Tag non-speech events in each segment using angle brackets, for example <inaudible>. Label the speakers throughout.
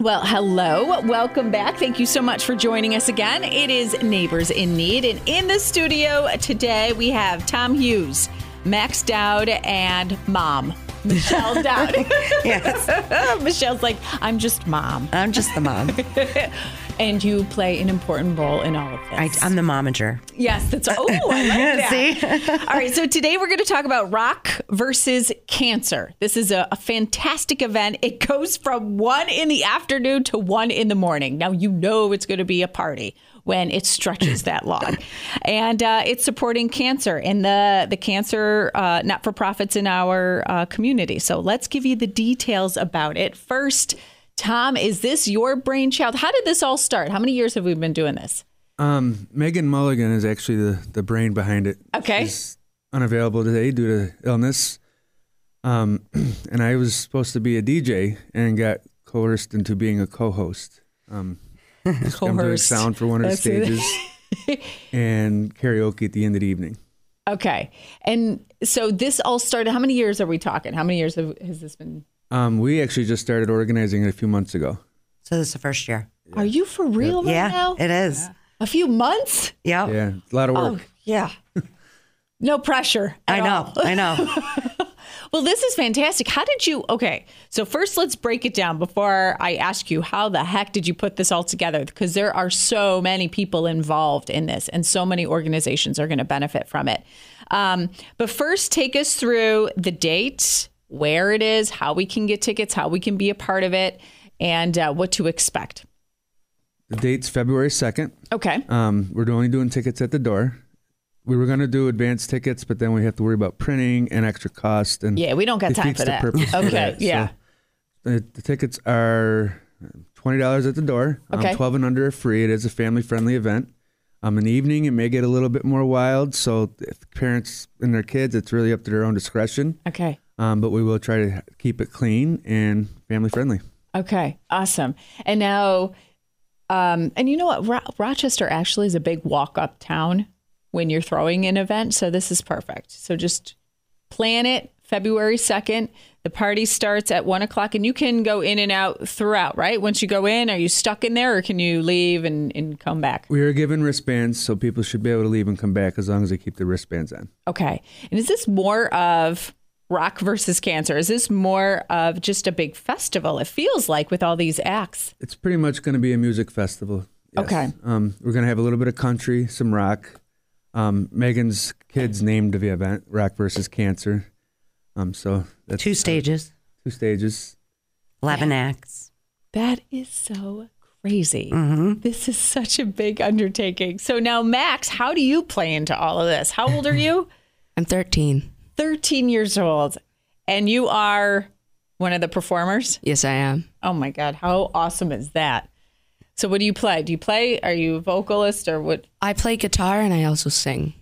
Speaker 1: Well, hello. Welcome back. Thank you so much for joining us again. It is Neighbors in Need. And in the studio today, we have Tom Hughes, Max Dowd, and Mom. Michelle Dowd. <laughs> Michelle's like, I'm just mom.
Speaker 2: <laughs>
Speaker 1: <laughs>
Speaker 2: I'm just the mom.
Speaker 1: And you play an important role in all of this.
Speaker 2: I, I'm the momager.
Speaker 1: Yes, that's oh, I like that.
Speaker 2: See?
Speaker 1: All right, so today we're going to talk about rock versus cancer. This is a, a fantastic event. It goes from one in the afternoon to one in the morning. Now you know it's going to be a party when it stretches that long, and uh, it's supporting cancer and the the cancer uh, not for profits in our uh, community. So let's give you the details about it first. Tom, is this your brainchild? How did this all start? How many years have we been doing this? <laughs>
Speaker 3: Um, Megan Mulligan is actually the, the brain behind it.
Speaker 1: Okay.
Speaker 3: She's unavailable today due to illness. Um, <clears throat> and I was supposed to be a DJ and got coerced into being a co-host.
Speaker 1: <laughs>
Speaker 3: Um, I'm doing
Speaker 1: Coerced.
Speaker 3: sound for one of the
Speaker 1: That's it.
Speaker 3: stages <laughs> and karaoke at the end of the evening.
Speaker 1: Okay. And so this all started, how many years are we talking? How many years have, has this been?
Speaker 3: Um, we actually just started organizing it a few months ago.
Speaker 2: So this is the first year.
Speaker 1: Are you for real right
Speaker 2: yeah,
Speaker 1: now?
Speaker 2: it is.
Speaker 1: A few months?
Speaker 2: Yeah.
Speaker 3: Yeah, a lot of
Speaker 1: Oh,
Speaker 3: work.
Speaker 1: yeah. <laughs> no pressure. at
Speaker 2: I know.
Speaker 1: all.
Speaker 2: I <laughs> know.
Speaker 1: Well, this is fantastic. How did you? Okay. So, first, let's break it down before I ask you how the heck did you put this all together? Because there are so many people involved in this, and so many organizations are going to benefit from it. Um, but first, take us through the date, where it is, how we can get tickets, how we can be a part of it, and uh, what to expect.
Speaker 3: The date's February 2nd.
Speaker 1: Okay.
Speaker 3: Um, we're only doing tickets at the door. We were going to do advanced tickets, but then we have to worry about printing and extra cost. And
Speaker 1: Yeah, we don't got time
Speaker 3: defeats
Speaker 1: for
Speaker 3: the
Speaker 1: that.
Speaker 3: purpose for
Speaker 1: Okay,
Speaker 3: that. So,
Speaker 1: yeah.
Speaker 3: uh, the tickets are twenty dollars at the door. Um,
Speaker 1: Okay.
Speaker 3: Twelve and under are free. It is a family-friendly event. Um, in the evening, it may get a little bit more wild. So if parents and their kids, it's really up to their own discretion.
Speaker 1: Okay.
Speaker 3: Um, but we will try to keep it clean and family-friendly.
Speaker 1: Okay, awesome. And now, um, and you know what? Ro- Rochester actually is a big walk up town when you're throwing an event. So this is perfect. So just plan it February 2nd. The party starts at one o'clock and you can go in and out throughout, right? Once you go in, are you stuck in there or can you leave and, and come back?
Speaker 3: We are given wristbands, so people should be able to leave and come back as long as they keep the wristbands on.
Speaker 1: Okay. And is this more of rock versus cancer? Is this more of just a big festival? It feels like with all these acts.
Speaker 3: It's pretty much going to be a music festival. yes.
Speaker 1: Okay.
Speaker 3: Um, we're going to have a little bit of country, some rock. Um, Megan's kids named the event Rock versus Cancer. Um, so that's
Speaker 2: Two stages,
Speaker 3: two stages.
Speaker 2: 11 acts.
Speaker 1: That is so crazy. This is such a big undertaking. So now, Max, how do you play into all of this? How old are <laughs> you?
Speaker 4: I'm 13.
Speaker 1: 13 years old. And you are one of the performers?
Speaker 4: Yes, I am.
Speaker 1: Oh my God, how awesome is that? So, what do you play? Do you play? Are you a vocalist or what?
Speaker 4: I play guitar and I also sing.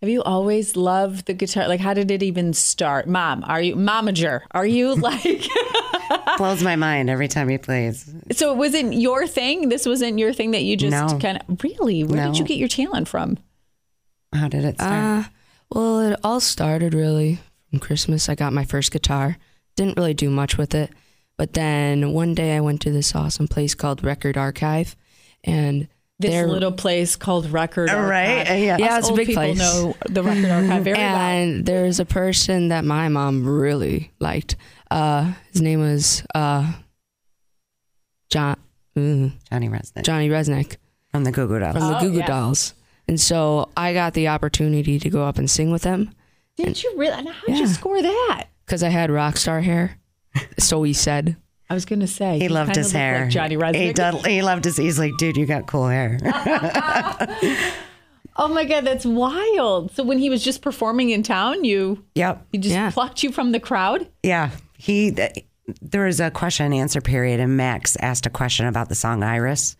Speaker 1: Have you always loved the guitar? Like, how did it even start? Mom, are you momager? Are you <laughs> like,
Speaker 2: Blows my mind every time he plays.
Speaker 1: so it wasn't your thing? This wasn't your thing that you just
Speaker 2: No.
Speaker 1: kind of, really? Where did
Speaker 2: No.
Speaker 1: you get your talent from?
Speaker 2: How did it start?
Speaker 4: Uh, well, it all started really from Christmas. I got my first guitar. Didn't really do much with it. But then one day I went to this awesome place called Record Archive and
Speaker 1: this
Speaker 4: they're-
Speaker 1: little place called Record Archive.
Speaker 2: right, uh, yeah.
Speaker 4: Yeah,
Speaker 1: Us
Speaker 4: it's a
Speaker 1: old
Speaker 4: big
Speaker 1: people
Speaker 4: place.
Speaker 1: know the Record Archive very well.
Speaker 4: and there's a person that my mom really liked. Uh, his name was uh, John mm,
Speaker 2: Johnny Resnick
Speaker 4: Johnny Resnick.
Speaker 2: from the Goo Goo Dolls.
Speaker 4: from the
Speaker 1: Oh,
Speaker 4: Goo Goo
Speaker 1: yeah.
Speaker 4: Dolls. And so I got the opportunity to go up and sing with them
Speaker 1: Did you really? And how did you
Speaker 4: Yeah.
Speaker 1: score that?
Speaker 4: because I had rock star hair.
Speaker 1: <laughs>
Speaker 4: so he said,
Speaker 1: I was going to say
Speaker 2: He loved
Speaker 1: kinda
Speaker 2: his
Speaker 1: looked like
Speaker 2: hair.
Speaker 1: Johnny
Speaker 2: He,
Speaker 1: Resnick.
Speaker 2: did, he loved his. He's like, dude, you got cool hair.
Speaker 1: Oh my god, that's wild! So when he was just performing in town, you
Speaker 2: <laughs> yep.
Speaker 1: he just
Speaker 4: Yeah.
Speaker 1: plucked you from the crowd.
Speaker 2: Yeah. He th- there was a question and answer period and Max asked a question about the song Iris.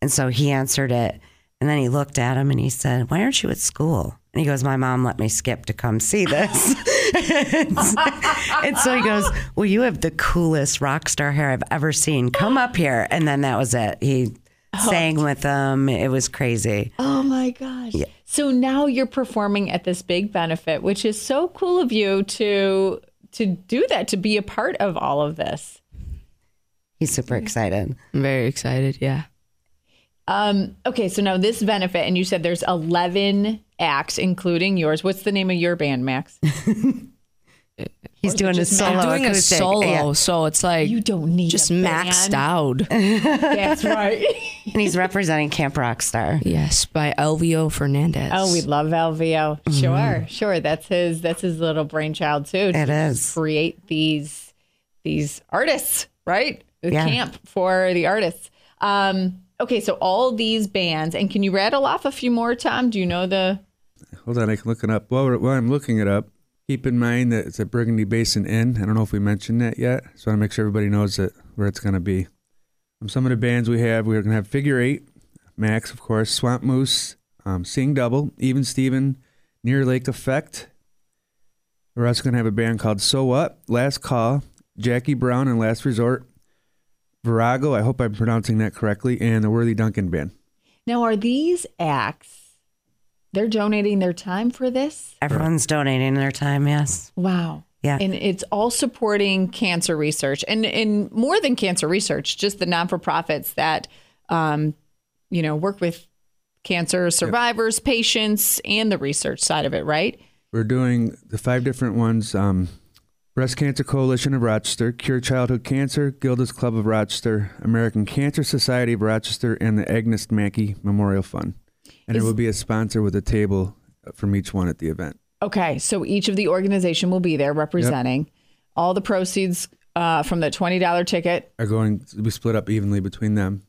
Speaker 2: And so he answered it and then he looked at him and he said, "Why aren't you at school?" And he goes, "My mom let me skip to come see this." <laughs> and so he goes, "Well, you have the coolest rock star hair I've ever seen. Come up here." And then that was it. He
Speaker 4: Oh.
Speaker 2: sang with them. It was crazy.
Speaker 1: Oh my gosh! So now you're performing at this big benefit, which is so cool of you to to do that, to be a part of all of this.
Speaker 2: He's super excited.
Speaker 4: I'm very excited. Yeah.
Speaker 1: Um, okay, so now this benefit, and you said there's 11 acts, including yours. What's the name of your band, Max?
Speaker 2: He's doing a solo
Speaker 4: I'm doing
Speaker 2: acoustic.
Speaker 4: a solo,
Speaker 2: Yeah.
Speaker 4: so it's like
Speaker 1: You don't need
Speaker 4: just
Speaker 1: a
Speaker 4: maxed
Speaker 1: band.
Speaker 4: out.
Speaker 1: <laughs> That's right.
Speaker 2: And he's representing Camp Rockstar.
Speaker 4: yes, by Elvio Fernandez.
Speaker 1: oh, we love Alvio.
Speaker 2: Mm-hmm.
Speaker 1: Sure, sure. That's his. That's his little brainchild too. to
Speaker 2: It is.
Speaker 1: create these these artists, right? The
Speaker 2: Yeah.
Speaker 1: camp for the artists. Um, okay, so all these bands, and can you rattle off a few more, Tom? Do you know the?
Speaker 3: Hold on, I can look it up. While, we're- while I'm looking it up, keep in mind that it's at Burgundy Basin Inn. I don't know if we mentioned that yet, so I want to make sure everybody knows that where it's going to be. Um, some of the bands we have, we're going to have Figure Eight, Max, of course, Swamp Moose, um, Seeing Double, Even Steven, Near Lake Effect. We're also going to have a band called So What, Last Call, Jackie Brown and Last Resort, Virago, I hope I'm pronouncing that correctly, and the Worthy Duncan Band.
Speaker 1: Now, are these acts? They're donating their time for this.
Speaker 2: Everyone's donating their time, yes.
Speaker 1: Wow.
Speaker 2: Yeah.
Speaker 1: And it's all supporting cancer research and, and more than cancer research, just the non for profits that, um, you know, work with cancer survivors, patients, and the research side of it, right?
Speaker 3: We're doing the five different ones um, Breast Cancer Coalition of Rochester, Cure Childhood Cancer, Gilda's Club of Rochester, American Cancer Society of Rochester, and the Agnes Mackey Memorial Fund. And
Speaker 1: Is-
Speaker 3: there will be a sponsor with a table uh, from each one at the event.
Speaker 1: Okay. So each of the organization will be there representing all the proceeds uh, from the $20 ticket
Speaker 3: Are going to be split up evenly between them.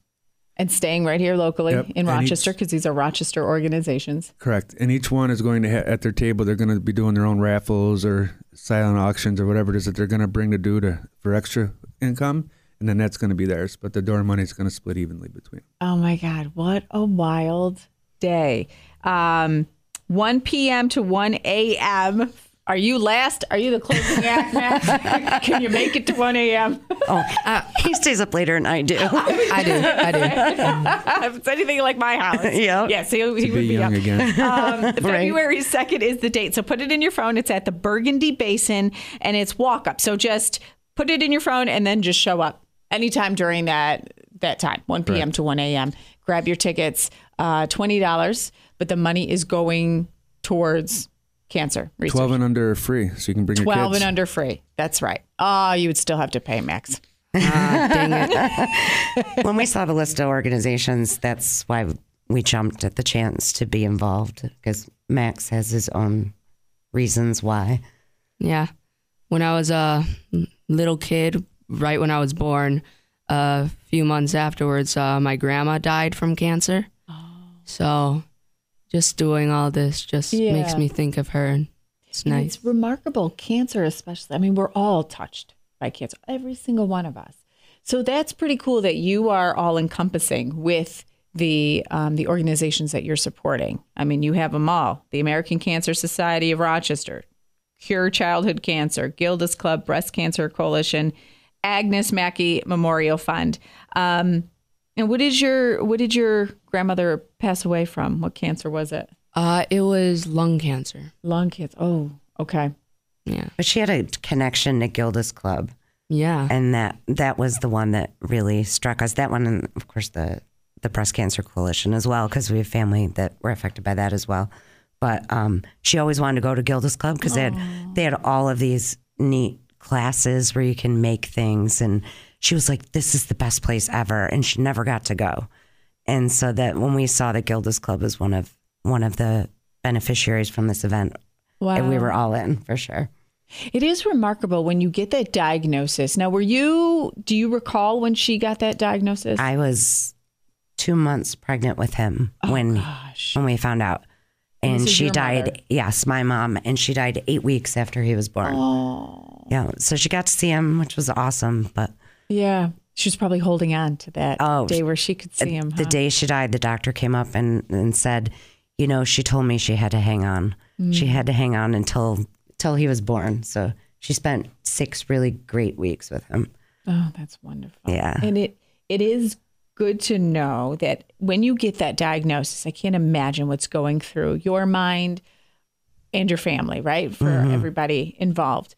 Speaker 1: and staying right here locally
Speaker 3: Yep,
Speaker 1: in
Speaker 3: and each-
Speaker 1: Rochester because these are Rochester organizations.
Speaker 3: Correct. And each one is going to ha- at their table, they're going to be doing their own raffles or silent auctions or whatever it is that they're going to bring to do to, for extra income. And then that's going to be theirs. But the door money is going to split evenly between.
Speaker 1: Oh my God, what a wild day. Um, 1 p.m. to 1 a.m. Are you last? Are you the closing act, Matt? Can you make it to 1 a.m.?
Speaker 2: Oh, <laughs> he stays up later than I do. <laughs>
Speaker 4: I do. I
Speaker 1: <laughs> <laughs>
Speaker 4: do.
Speaker 1: if it's anything like my house.
Speaker 2: Yeah.
Speaker 1: Yes, he, he would
Speaker 3: Be
Speaker 1: be up.
Speaker 3: young
Speaker 1: <laughs>
Speaker 3: again.
Speaker 1: Um, February 2nd is the date. So put it in your phone. It's at the Burgundy Basin and it's walk up. So just put it in your phone and then just show up anytime during that that time, 1 p.m. to 1 a.m. Grab your tickets, uh, $20, but the money is going towards cancer research.
Speaker 3: 12 and under are free, so you can bring
Speaker 1: 12
Speaker 3: your kids.
Speaker 1: and under free. That's right. Oh, you would still have to pay, Max.
Speaker 4: Ah, dang it.
Speaker 2: when we saw the list of organizations, that's why we jumped at the chance to be involved because Max has his own reasons why.
Speaker 4: Yeah. When I was a little kid, right when I was born, a few months afterwards, uh, my grandma died from cancer.
Speaker 1: Oh.
Speaker 4: So just doing all this just
Speaker 1: Yeah.
Speaker 4: makes me think of her. And it's
Speaker 1: And
Speaker 4: nice.
Speaker 1: It's remarkable. Cancer, especially. I mean, we're all touched by cancer, every single one of us. So that's pretty cool that you are all encompassing with the um, the organizations that you're supporting. I mean, you have them all: the American Cancer Society of Rochester, Cure Childhood Cancer, Gildas Club, Breast Cancer Coalition, Agnes Mackey Memorial Fund. Um, and what is your what did your grandmother pass away from? What cancer was it?
Speaker 4: Uh, it was lung cancer.
Speaker 1: Lung cancer. Oh, okay.
Speaker 4: Yeah.
Speaker 2: But she had a connection to Gilda's Club,
Speaker 4: Yeah.
Speaker 2: and that that was the one that really struck us. That one, and of course, the the Breast Cancer Coalition as well, because we have family that were affected by that as well. But um, she always wanted to go to Gilda's Club because they had they had all of these neat classes where you can make things, and she was like, "This is the best place ever," and she never got to go. And so that when we saw that Gilda's Club was one of one of the beneficiaries from this event,
Speaker 1: Wow.
Speaker 2: and we were all in for sure.
Speaker 1: It is remarkable when you get that diagnosis. Now, were you, do you recall when she got that diagnosis?
Speaker 2: I was two months pregnant with him when
Speaker 1: Oh, Gosh.
Speaker 2: when we found out,
Speaker 1: And this
Speaker 2: and
Speaker 1: is
Speaker 2: she
Speaker 1: your
Speaker 2: died.
Speaker 1: mother?
Speaker 2: Yes, my mom, and she died eight weeks after he was born.
Speaker 1: Oh,
Speaker 2: Yeah, so she got to see him, which was awesome. But
Speaker 1: yeah. She was probably holding on to that
Speaker 2: Oh,
Speaker 1: day where she could see him.
Speaker 2: the
Speaker 1: huh?
Speaker 2: day she died, the doctor came up and and said, you know, she told me she had to hang on.
Speaker 1: Mm.
Speaker 2: She had to hang on until till he was born. So she spent six really great weeks with him.
Speaker 1: Oh, that's wonderful.
Speaker 2: Yeah.
Speaker 1: And it it is good to know that when you get that diagnosis, I can't imagine what's going
Speaker 2: Mm-hmm.
Speaker 1: through your mind and your family, right? For everybody involved.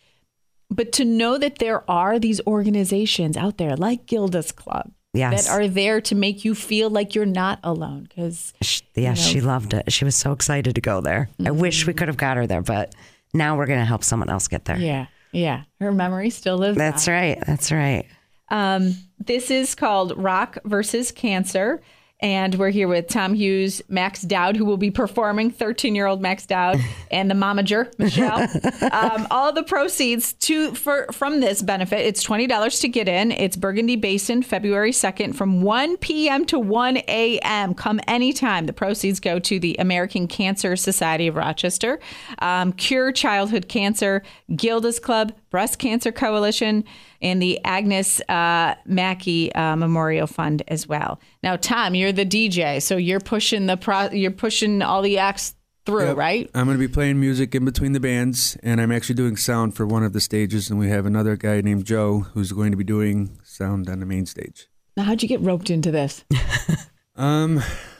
Speaker 1: But to know that there are these organizations out there like Gilda's Club
Speaker 2: Yes.
Speaker 1: that are there to make you feel like you're not alone because
Speaker 2: Sh yeah, she loved it. She was so excited to go there. I
Speaker 1: Mm-hmm.
Speaker 2: wish we could have got her there, but now we're going to help someone else get there.
Speaker 1: yeah, yeah, her memory still lives. on.
Speaker 2: That's right. That's right.
Speaker 1: Um, this is called Rock versus Cancer. And we're here with Tom Hughes, Max Dowd, who will be performing 13 year old Max Dowd, and the momager, Michelle. um, all the proceeds to for, from this benefit, it's $20 to get in. It's Burgundy Basin, February 2nd from 1 p.m. to 1 a.m. Come anytime. The proceeds go to the American Cancer Society of Rochester, um, Cure Childhood Cancer, Gilda's Club, Breast Cancer Coalition, and the Agnes uh, Mackey uh, Memorial Fund as well. Now, Tom, you're the DJ, so you're pushing the pro- you're pushing all the acts through,
Speaker 3: Yep.
Speaker 1: right?
Speaker 3: I'm going to be playing music in between the bands, and I'm actually doing sound for one of the stages. And we have another guy named Joe who's going to be doing sound on the main stage.
Speaker 1: Now, how'd you get roped into this?
Speaker 3: Um,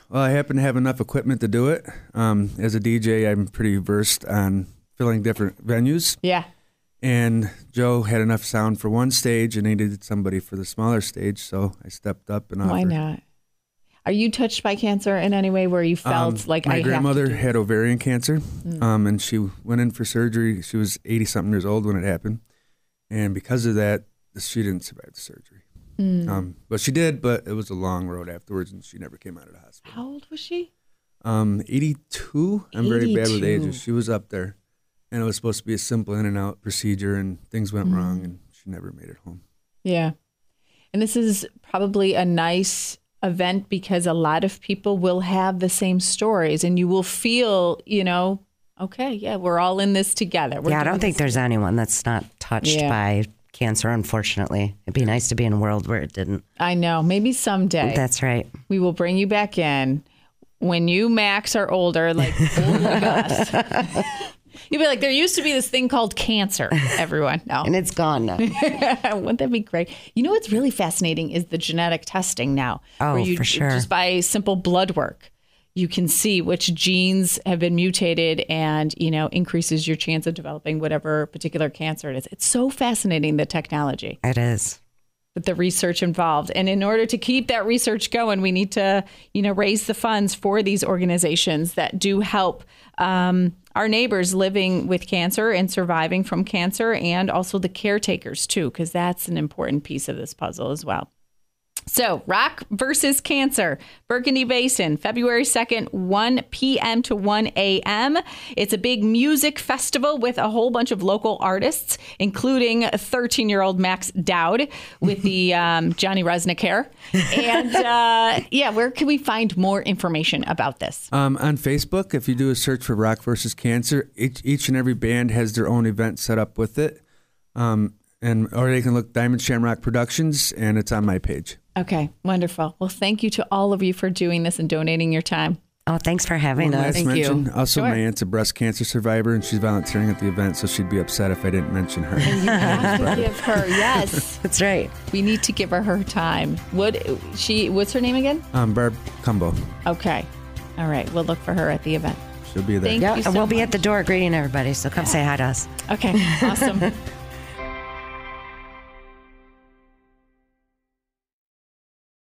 Speaker 3: well, I happen to have enough equipment to do it. Um, as a DJ, I'm pretty versed on filling different venues.
Speaker 1: Yeah,
Speaker 3: And Joe had enough sound for one stage and needed somebody for the smaller stage, so I stepped up and offered.
Speaker 1: why not? Are you touched by cancer in any way where you felt
Speaker 3: Um,
Speaker 1: like
Speaker 3: my
Speaker 1: I
Speaker 3: grandmother
Speaker 1: Have to do- Mm.
Speaker 3: had ovarian cancer, um, and she went in for surgery. She was eighty something years old when it happened, and because of that, she didn't survive the surgery.
Speaker 1: Mm.
Speaker 3: Um, but she did, but it was a long road afterwards, and she never came out of the hospital.
Speaker 1: How old was she?
Speaker 3: Um, eighty-two. I'm very bad with
Speaker 1: 82.
Speaker 3: ages. She was up there, and it was supposed to be a simple in and out procedure, and things went
Speaker 1: Mm.
Speaker 3: wrong, and she never made it home.
Speaker 1: Yeah. And this is probably a nice event because a lot of people will have the same stories and you will feel, you know, okay, yeah, we're all in this together. We're
Speaker 2: yeah, I
Speaker 1: doing
Speaker 2: don't think there's anyone that's not touched
Speaker 1: Yeah.
Speaker 2: by cancer, unfortunately. It'd be nice to be in a world where it didn't.
Speaker 1: this- I know. Maybe someday
Speaker 2: That's right.
Speaker 1: we will bring you back in when you, Max, are older, like, old like us. <laughs> You'll be like, there used to be this thing called cancer, everyone. No.
Speaker 2: And it's gone
Speaker 1: <laughs>
Speaker 2: now.
Speaker 1: Wouldn't that be great? You know what's really fascinating is the genetic testing now.
Speaker 2: Oh,
Speaker 1: where you,
Speaker 2: for sure.
Speaker 1: Just by simple blood work, you can see which genes have been mutated, and you know increases your chance of developing whatever particular cancer it is. It's so fascinating the technology,
Speaker 2: <laughs> it is.
Speaker 1: but the research involved, and in order to keep that research going, we need to you know raise the funds for these organizations that do help. Um, our neighbors living with cancer and surviving from cancer, and also the caretakers, too, because that's an important piece of this puzzle as well. So, rock versus cancer, Burgundy Basin, February 2nd, 1 p.m. to 1 a.m. It's a big music festival with a whole bunch of local artists, including 13 year old Max Dowd with the um, Johnny Resnick hair. And uh, yeah, where can we find more information about this?
Speaker 3: Um, on Facebook, if you do a search for Rock versus Cancer, each, each and every band has their own event set up with it, um, and or they can look Diamond Shamrock Productions, and it's on my page.
Speaker 1: Okay, wonderful. Well, thank you to all of you for doing this and donating your time.
Speaker 2: Oh, thanks for having
Speaker 3: One
Speaker 2: us.
Speaker 3: last
Speaker 4: Thank
Speaker 3: mention.
Speaker 4: you.
Speaker 3: Also,
Speaker 1: Sure.
Speaker 3: my aunt's a breast cancer survivor, and she's volunteering at the event, so she'd be upset if I didn't mention her.
Speaker 1: Give her, yes.
Speaker 2: That's right.
Speaker 1: <laughs> We need to give her her time. What she? What's her name again?
Speaker 3: um, Barb Cumbo,
Speaker 1: Okay. All right. We'll look for her at the event.
Speaker 3: she'll be there.
Speaker 1: Thank
Speaker 2: Yeah,
Speaker 1: you
Speaker 2: and
Speaker 1: so
Speaker 2: we'll be
Speaker 1: much.
Speaker 2: at the door greeting everybody. So come say hi to us. <laughs>
Speaker 1: Okay. Awesome.